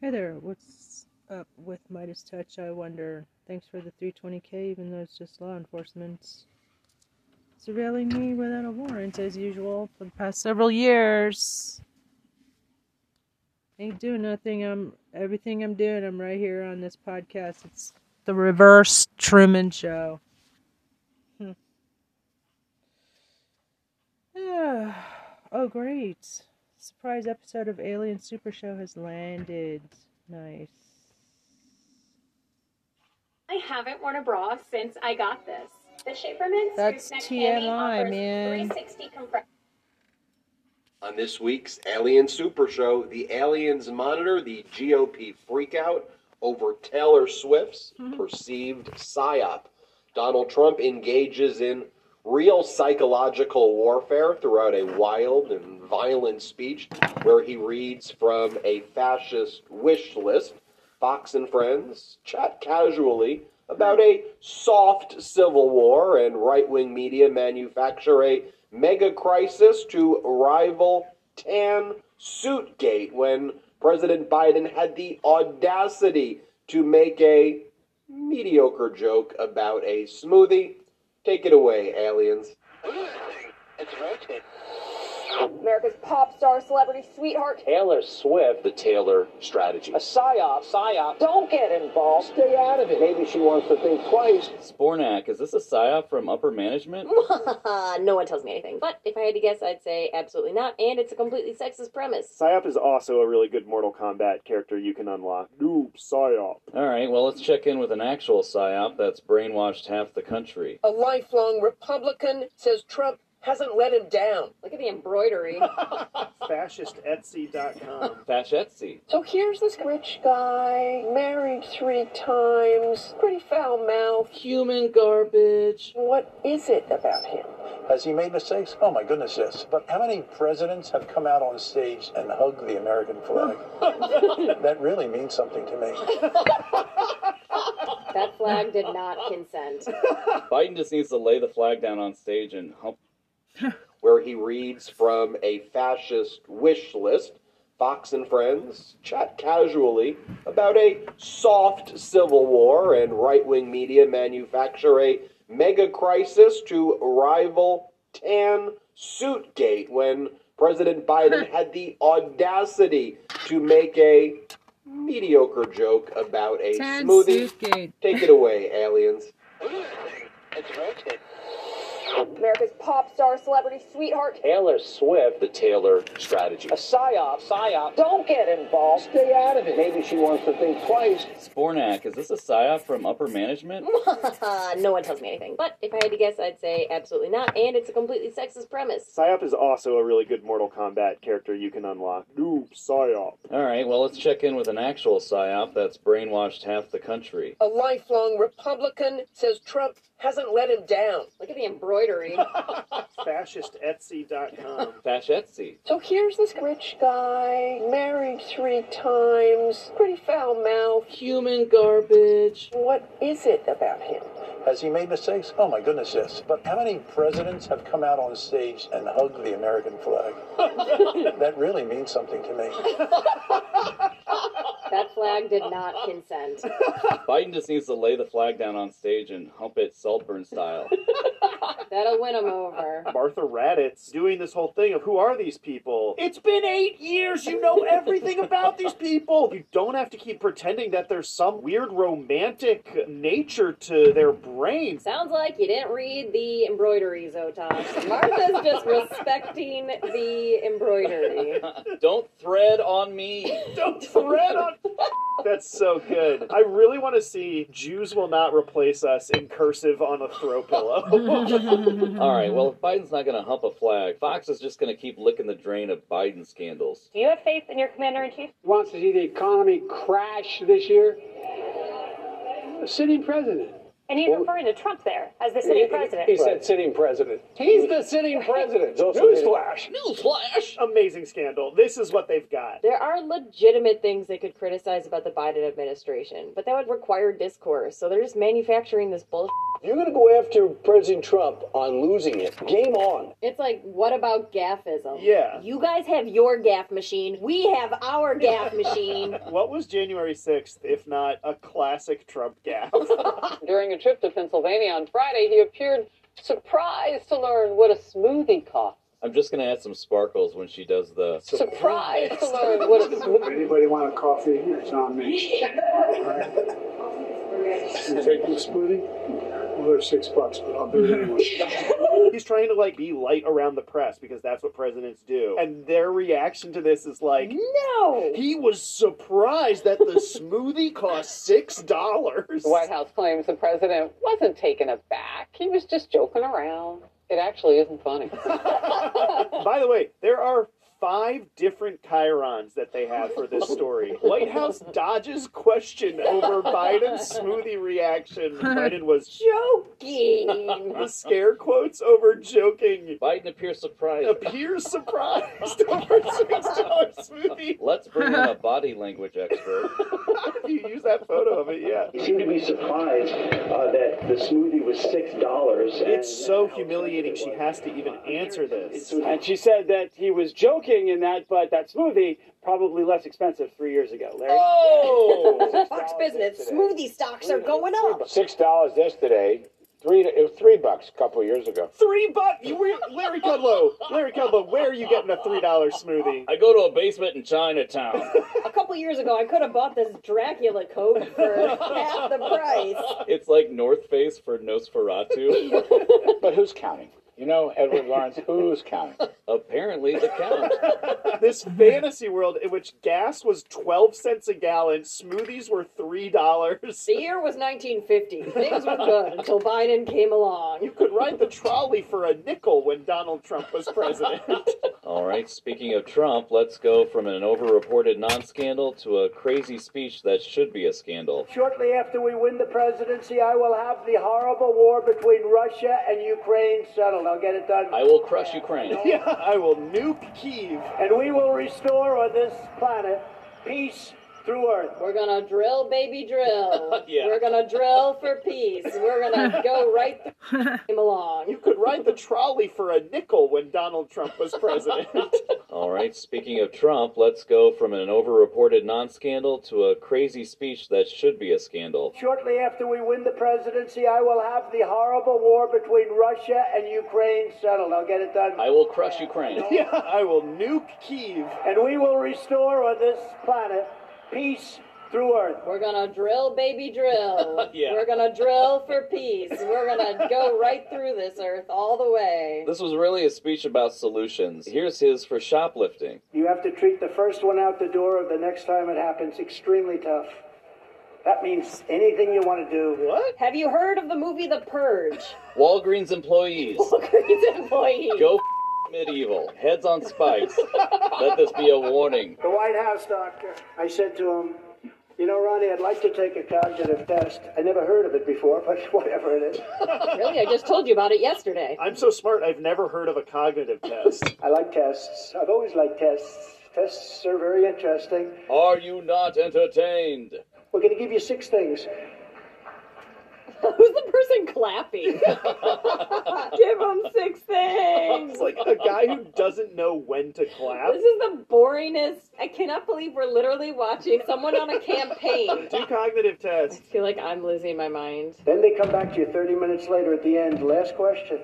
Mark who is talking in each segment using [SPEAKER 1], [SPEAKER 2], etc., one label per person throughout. [SPEAKER 1] Hey there, what's up with Midas Touch? I wonder. Thanks for the 320k, even though it's just law enforcement surveilling me without a warrant, as usual, for the past several years. Ain't doing nothing. I'm everything I'm doing. I'm right here on this podcast. It's the reverse Truman Show. Hmm. Ah, oh, great! Surprise episode of Alien Super Show has landed. Nice.
[SPEAKER 2] I haven't worn a bra since I got this. The Shaper Men's
[SPEAKER 1] That's
[SPEAKER 2] Gooseneck Cami
[SPEAKER 1] TMI,
[SPEAKER 2] offers
[SPEAKER 1] man.
[SPEAKER 2] 360 compression.
[SPEAKER 3] On this week's Alien Super Show, the aliens monitor the GOP freakout over Taylor Swift's perceived psyop. Donald Trump engages in real psychological warfare throughout a wild and violent speech where he reads from a fascist wish list. Fox and friends chat casually about a soft civil war, and right wing media manufacture a mega crisis to rival Tan Suitgate when President Biden had the audacity to make a mediocre joke about a smoothie. Take it away, aliens. It's roasted.
[SPEAKER 4] America's pop star, celebrity, sweetheart.
[SPEAKER 5] Taylor Swift,
[SPEAKER 3] The Taylor strategy.
[SPEAKER 5] a psyop, psyop.
[SPEAKER 4] Don't get involved.
[SPEAKER 5] Stay out of it. Maybe she wants to think twice.
[SPEAKER 6] Spornak, is this a psyop from upper management?
[SPEAKER 7] Uh, no one tells me anything. But if I had to guess, I'd say absolutely not. And it's a completely sexist premise.
[SPEAKER 8] Psyop is also a really good Mortal Kombat character you can unlock. Noob Psyop.
[SPEAKER 6] All right, well, let's check in with an actual psyop that's brainwashed half the country.
[SPEAKER 1] Oh.
[SPEAKER 9] A lifelong Republican says Trump hasn't let him down.
[SPEAKER 7] Look at the embroidery.
[SPEAKER 8] FascistEtsy.com.
[SPEAKER 6] Fash Etsy.
[SPEAKER 9] So here's this rich guy, married three times, pretty foul mouthed.
[SPEAKER 6] Human garbage.
[SPEAKER 9] What is it about him?
[SPEAKER 10] Has he made mistakes? Oh my goodness, yes. But how many presidents have come out on stage and hugged the American flag? that really means something to me.
[SPEAKER 7] that flag did not consent.
[SPEAKER 6] Biden just needs to lay the flag down on stage and hump.
[SPEAKER 3] where he reads from a fascist wish list. Fox and friends chat casually about a soft civil war, and right wing media manufacture a mega crisis to rival Tan Suitgate when President Biden had the audacity to make a mediocre joke about a
[SPEAKER 1] Tan
[SPEAKER 3] smoothie.
[SPEAKER 1] Suitgate.
[SPEAKER 3] Take it away, aliens. It's roasted.
[SPEAKER 4] America's pop star, celebrity, sweetheart.
[SPEAKER 5] Taylor Swift,
[SPEAKER 3] The Taylor strategy.
[SPEAKER 5] a psyop, psyop.
[SPEAKER 9] Don't get involved.
[SPEAKER 5] Stay out of it. Maybe she wants to think twice.
[SPEAKER 6] Spornak, is this a psyop from upper management?
[SPEAKER 7] Uh, no one tells me anything. But if I had to guess, I'd say absolutely not. And it's a completely sexist premise.
[SPEAKER 8] Psyop is also a really good Mortal Kombat character you can unlock. Noob Psyop.
[SPEAKER 6] All right, well, let's check in with an actual psyop that's brainwashed half the country.
[SPEAKER 9] A
[SPEAKER 8] Oh.
[SPEAKER 9] lifelong Republican says Trump hasn't let him down.
[SPEAKER 7] Look at the embroidery.
[SPEAKER 8] FascistEtsy.com.
[SPEAKER 6] Fash Etsy.
[SPEAKER 9] So here's this rich guy, married three times, pretty foul mouthed.
[SPEAKER 6] Human garbage.
[SPEAKER 9] What is it about him?
[SPEAKER 10] Has he made mistakes? Oh my goodness, yes. But how many presidents have come out on stage and hugged the American flag? that really means something to me.
[SPEAKER 7] That flag did not consent.
[SPEAKER 6] Biden just needs to lay the flag down on stage and hump it Saltburn style.
[SPEAKER 7] That'll win him over.
[SPEAKER 8] Martha Raddatz doing this whole thing of who are these people? It's been eight years. You know everything about these people. You don't have to keep pretending that there's some weird romantic nature to their brains.
[SPEAKER 7] Sounds like you didn't read the embroidery, Zotosh. Martha's just respecting the embroidery.
[SPEAKER 6] Don't thread on me.
[SPEAKER 8] Don't thread on. That's so good. I really want to see Jews will not replace us in cursive on a throw pillow.
[SPEAKER 6] All right, well, if Biden's not going to hump a flag, Fox is just going to keep licking the drain of Biden scandals.
[SPEAKER 2] Do you have faith in your commander in chief?
[SPEAKER 5] Wants to see the economy crash this year. Sitting president.
[SPEAKER 2] And he's referring to Trump there as the sitting president.
[SPEAKER 5] He said sitting president. He's the sitting president. Newsflash.
[SPEAKER 6] Newsflash!
[SPEAKER 8] Amazing scandal. This is what they've got.
[SPEAKER 7] There are legitimate things they could criticize about the Biden administration, but that would require discourse. So they're just manufacturing this bullshit
[SPEAKER 11] You're going to go after President Trump on losing it. Game on.
[SPEAKER 7] It's like, what about gaffism?
[SPEAKER 8] Yeah.
[SPEAKER 7] You guys have your gaff machine. We have our gaff machine.
[SPEAKER 8] What was January 6th, if not a classic Trump gaffe?
[SPEAKER 12] During a trip to Pennsylvania on Friday, he appeared surprised to learn what a smoothie costs.
[SPEAKER 6] I'm just gonna add some sparkles when she does the
[SPEAKER 12] Surprised to learn what a smoothie.
[SPEAKER 13] Anybody want a coffee? It's on me. All right. You taking a smoothie? Well, they're six bucks, but I'll do it anyway.
[SPEAKER 8] He's trying to like be light around the press because that's what presidents do. And their reaction to this is like,
[SPEAKER 7] no.
[SPEAKER 8] He was surprised that the smoothie cost six dollars.
[SPEAKER 12] The White House claims the president wasn't taken aback. He was just joking around. It actually isn't funny.
[SPEAKER 8] By the way, there are five different chirons that they have for this story. White House dodges question over Biden's smoothie reaction. Biden was
[SPEAKER 7] joking.
[SPEAKER 8] the scare quotes over joking.
[SPEAKER 6] Biden appears surprised.
[SPEAKER 8] Appears surprised over six dollars smoothie.
[SPEAKER 6] Let's bring in a body language expert.
[SPEAKER 8] you use that photo of it, yeah.
[SPEAKER 11] He seemed to be surprised uh, that the smoothie was $6. and-
[SPEAKER 8] It's so humiliating she has to even answer this.
[SPEAKER 14] And she said that he was joking in that, but that smoothie probably less expensive three years ago. Larry.
[SPEAKER 8] Oh,
[SPEAKER 7] Fox Business smoothie stocks are going up.
[SPEAKER 15] Six dollars yesterday. Three it was three bucks a couple years ago.
[SPEAKER 8] Three bucks. You were Larry Kudlow. Larry Kudlow, where are you getting a three dollar smoothie?
[SPEAKER 6] I go to a basement in Chinatown.
[SPEAKER 7] A couple years ago, I could have bought this Dracula coat for half the price.
[SPEAKER 6] it's like North Face for Nosferatu.
[SPEAKER 15] but who's counting? You know, Edward Lawrence. Who's counting?
[SPEAKER 6] Apparently, the count.
[SPEAKER 8] this fantasy world in which gas was 12 cents a gallon, smoothies were $3.
[SPEAKER 7] The year was 1950. Things were good until Biden came along.
[SPEAKER 8] You could ride the trolley for a nickel when Donald Trump was president.
[SPEAKER 6] All right, speaking of Trump, let's go from an overreported non scandal to a crazy speech that should be a scandal.
[SPEAKER 16] Shortly after we win the presidency, I will have the horrible war between Russia and Ukraine settled. I'll get it done.
[SPEAKER 6] I will crush Ukraine.
[SPEAKER 8] Yeah, I will nuke Kiev.
[SPEAKER 16] And we will restore on this planet peace through Earth.
[SPEAKER 7] We're gonna drill, baby, drill.
[SPEAKER 8] Yeah.
[SPEAKER 7] We're gonna drill for peace. We're gonna go right the him along.
[SPEAKER 8] You could ride the trolley for a nickel when Donald Trump was president.
[SPEAKER 6] All right, speaking of Trump, let's go from an overreported non scandal to a crazy speech that should be a scandal.
[SPEAKER 16] Shortly after we win the presidency, I will have the horrible war between Russia and Ukraine settled. I'll get it done.
[SPEAKER 6] I will crush Ukraine.
[SPEAKER 8] yeah, I will nuke Kiev.
[SPEAKER 16] And we will restore on this planet peace through Earth.
[SPEAKER 7] We're gonna drill, baby, drill.
[SPEAKER 6] Yeah.
[SPEAKER 7] We're gonna drill for peace. We're gonna go right through this earth all the way.
[SPEAKER 6] This was really a speech about solutions. Here's his for shoplifting.
[SPEAKER 16] You have to treat the first one out the door the next time it happens extremely tough. That means anything you want to do.
[SPEAKER 8] What?
[SPEAKER 7] Have you heard of the movie The Purge?
[SPEAKER 6] Walgreens employees,
[SPEAKER 7] Walgreens employee.
[SPEAKER 6] go f- medieval. Heads on spikes. Let this be a warning.
[SPEAKER 16] The White House doctor. I said to him, You know, Ronnie, I'd like to take a cognitive test. I never heard of it before, but whatever it is.
[SPEAKER 7] really? I just told you about it yesterday.
[SPEAKER 8] I'm so smart, I've never heard of a cognitive test.
[SPEAKER 16] I like tests. I've always liked tests. Tests are very interesting.
[SPEAKER 6] Are you not entertained?
[SPEAKER 16] We're going to give you six things.
[SPEAKER 7] Who's the person clapping? Give him six things.
[SPEAKER 8] It's like a guy who doesn't know when to clap.
[SPEAKER 7] This is the boringest. I cannot believe we're literally watching someone on a campaign.
[SPEAKER 8] Do cognitive tests.
[SPEAKER 7] I feel like I'm losing my mind.
[SPEAKER 16] Then they come back to you 30 minutes later at the end. Last question.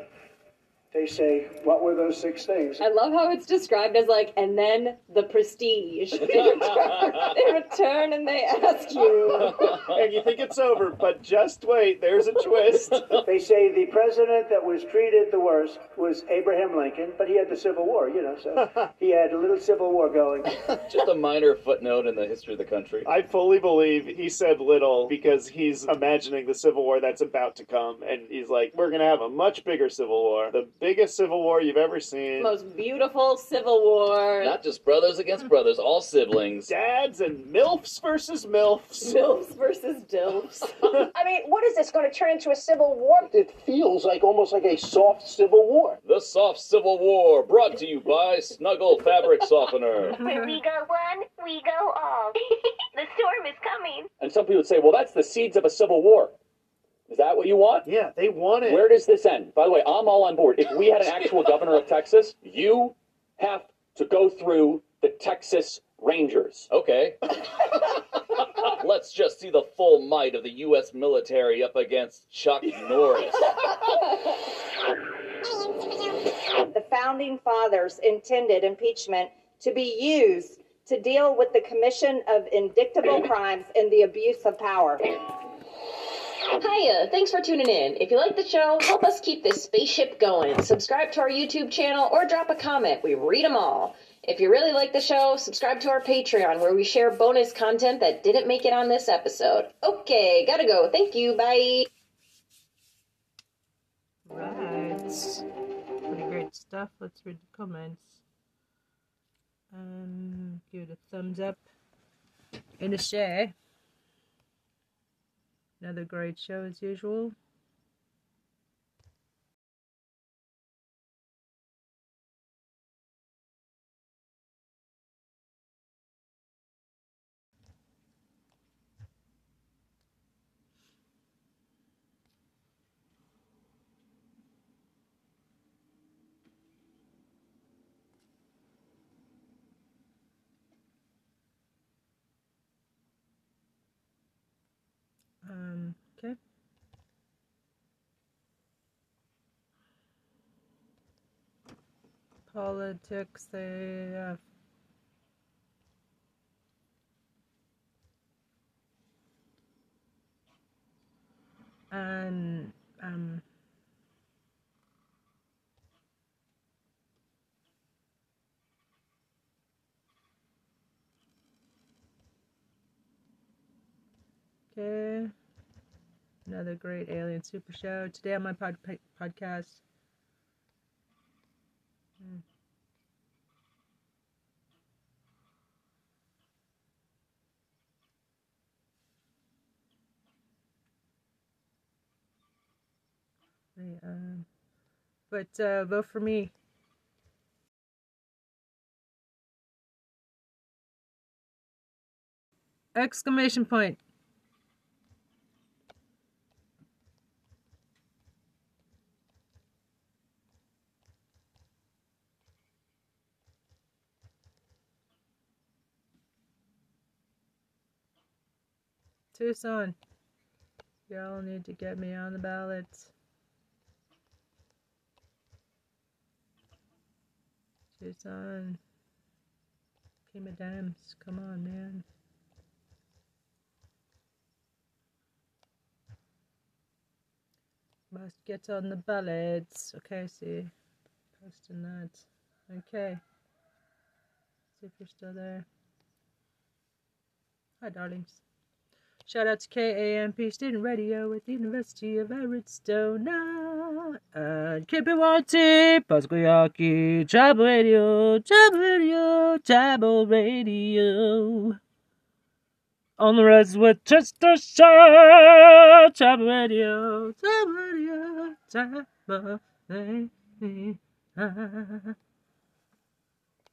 [SPEAKER 16] They say, What were those six things?
[SPEAKER 7] I love how it's described as like, and then the prestige. They return, they return and they ask you.
[SPEAKER 8] and you think it's over, but just wait, there's a twist.
[SPEAKER 16] They say the president that was treated the worst was Abraham Lincoln, but he had the Civil War, you know, so he had a little Civil War going.
[SPEAKER 6] Just a minor footnote in the history of the country.
[SPEAKER 8] I fully believe he said little because he's imagining the Civil War that's about to come, and he's like, "We're gonna have a much bigger Civil War, the biggest Civil War you've ever seen."
[SPEAKER 7] Most beautiful Civil War.
[SPEAKER 6] Not just brothers against brothers, all siblings.
[SPEAKER 8] Dads and milfs versus milfs.
[SPEAKER 7] Dilfs versus Dilfs.
[SPEAKER 17] I mean, what is this going to turn into a civil war?
[SPEAKER 11] It feels like almost like a soft civil war.
[SPEAKER 6] The Soft Civil War, brought to you by Snuggle Fabric Softener.
[SPEAKER 18] When we go one, we go all. the storm is coming.
[SPEAKER 19] And some people would say, well, that's the seeds of a civil war.
[SPEAKER 6] Is that what you want?
[SPEAKER 8] Yeah, they want it.
[SPEAKER 6] Where does this end? By the way, I'm all on board. If we had an actual governor of Texas, you have to go through the Texas Rangers.
[SPEAKER 20] Okay. Let's just see the full might of the U.S. military up against Chuck Norris.
[SPEAKER 21] The founding fathers intended impeachment to be used to deal with the commission of indictable crimes and the abuse of power.
[SPEAKER 7] Hiya, thanks for tuning in. If you like the show, help us keep this spaceship going. Subscribe to our YouTube channel or drop a comment. We read them all. If you really like the show, subscribe to our Patreon where we share bonus content that didn't make it on this episode. Okay, gotta go. Thank you. Bye.
[SPEAKER 1] Right. Pretty great stuff. Let's read the comments. Um, give it a thumbs up and a share. Another great show as usual. Um, okay. Politics, they have. And, um, okay. Another great Alien Super Show. Today on my pod- pa- podcast. Hmm. They, um, but uh, vote for me. Exclamation point. Tucson, y'all need to get me on the ballot. Tucson, Pima Dams, come on, man. Must get on the ballots. Okay, see, posting that. Okay, see if you're still there. Hi, darlings. Shout out to KAMP Student Radio at the University of Arizona and KPYT, Pasquayaki, Tribal Radio, Tribal Radio, Tribal Radio. On the roads with Chestershire, Tribal Radio, Tribal Radio, Tribal Radio.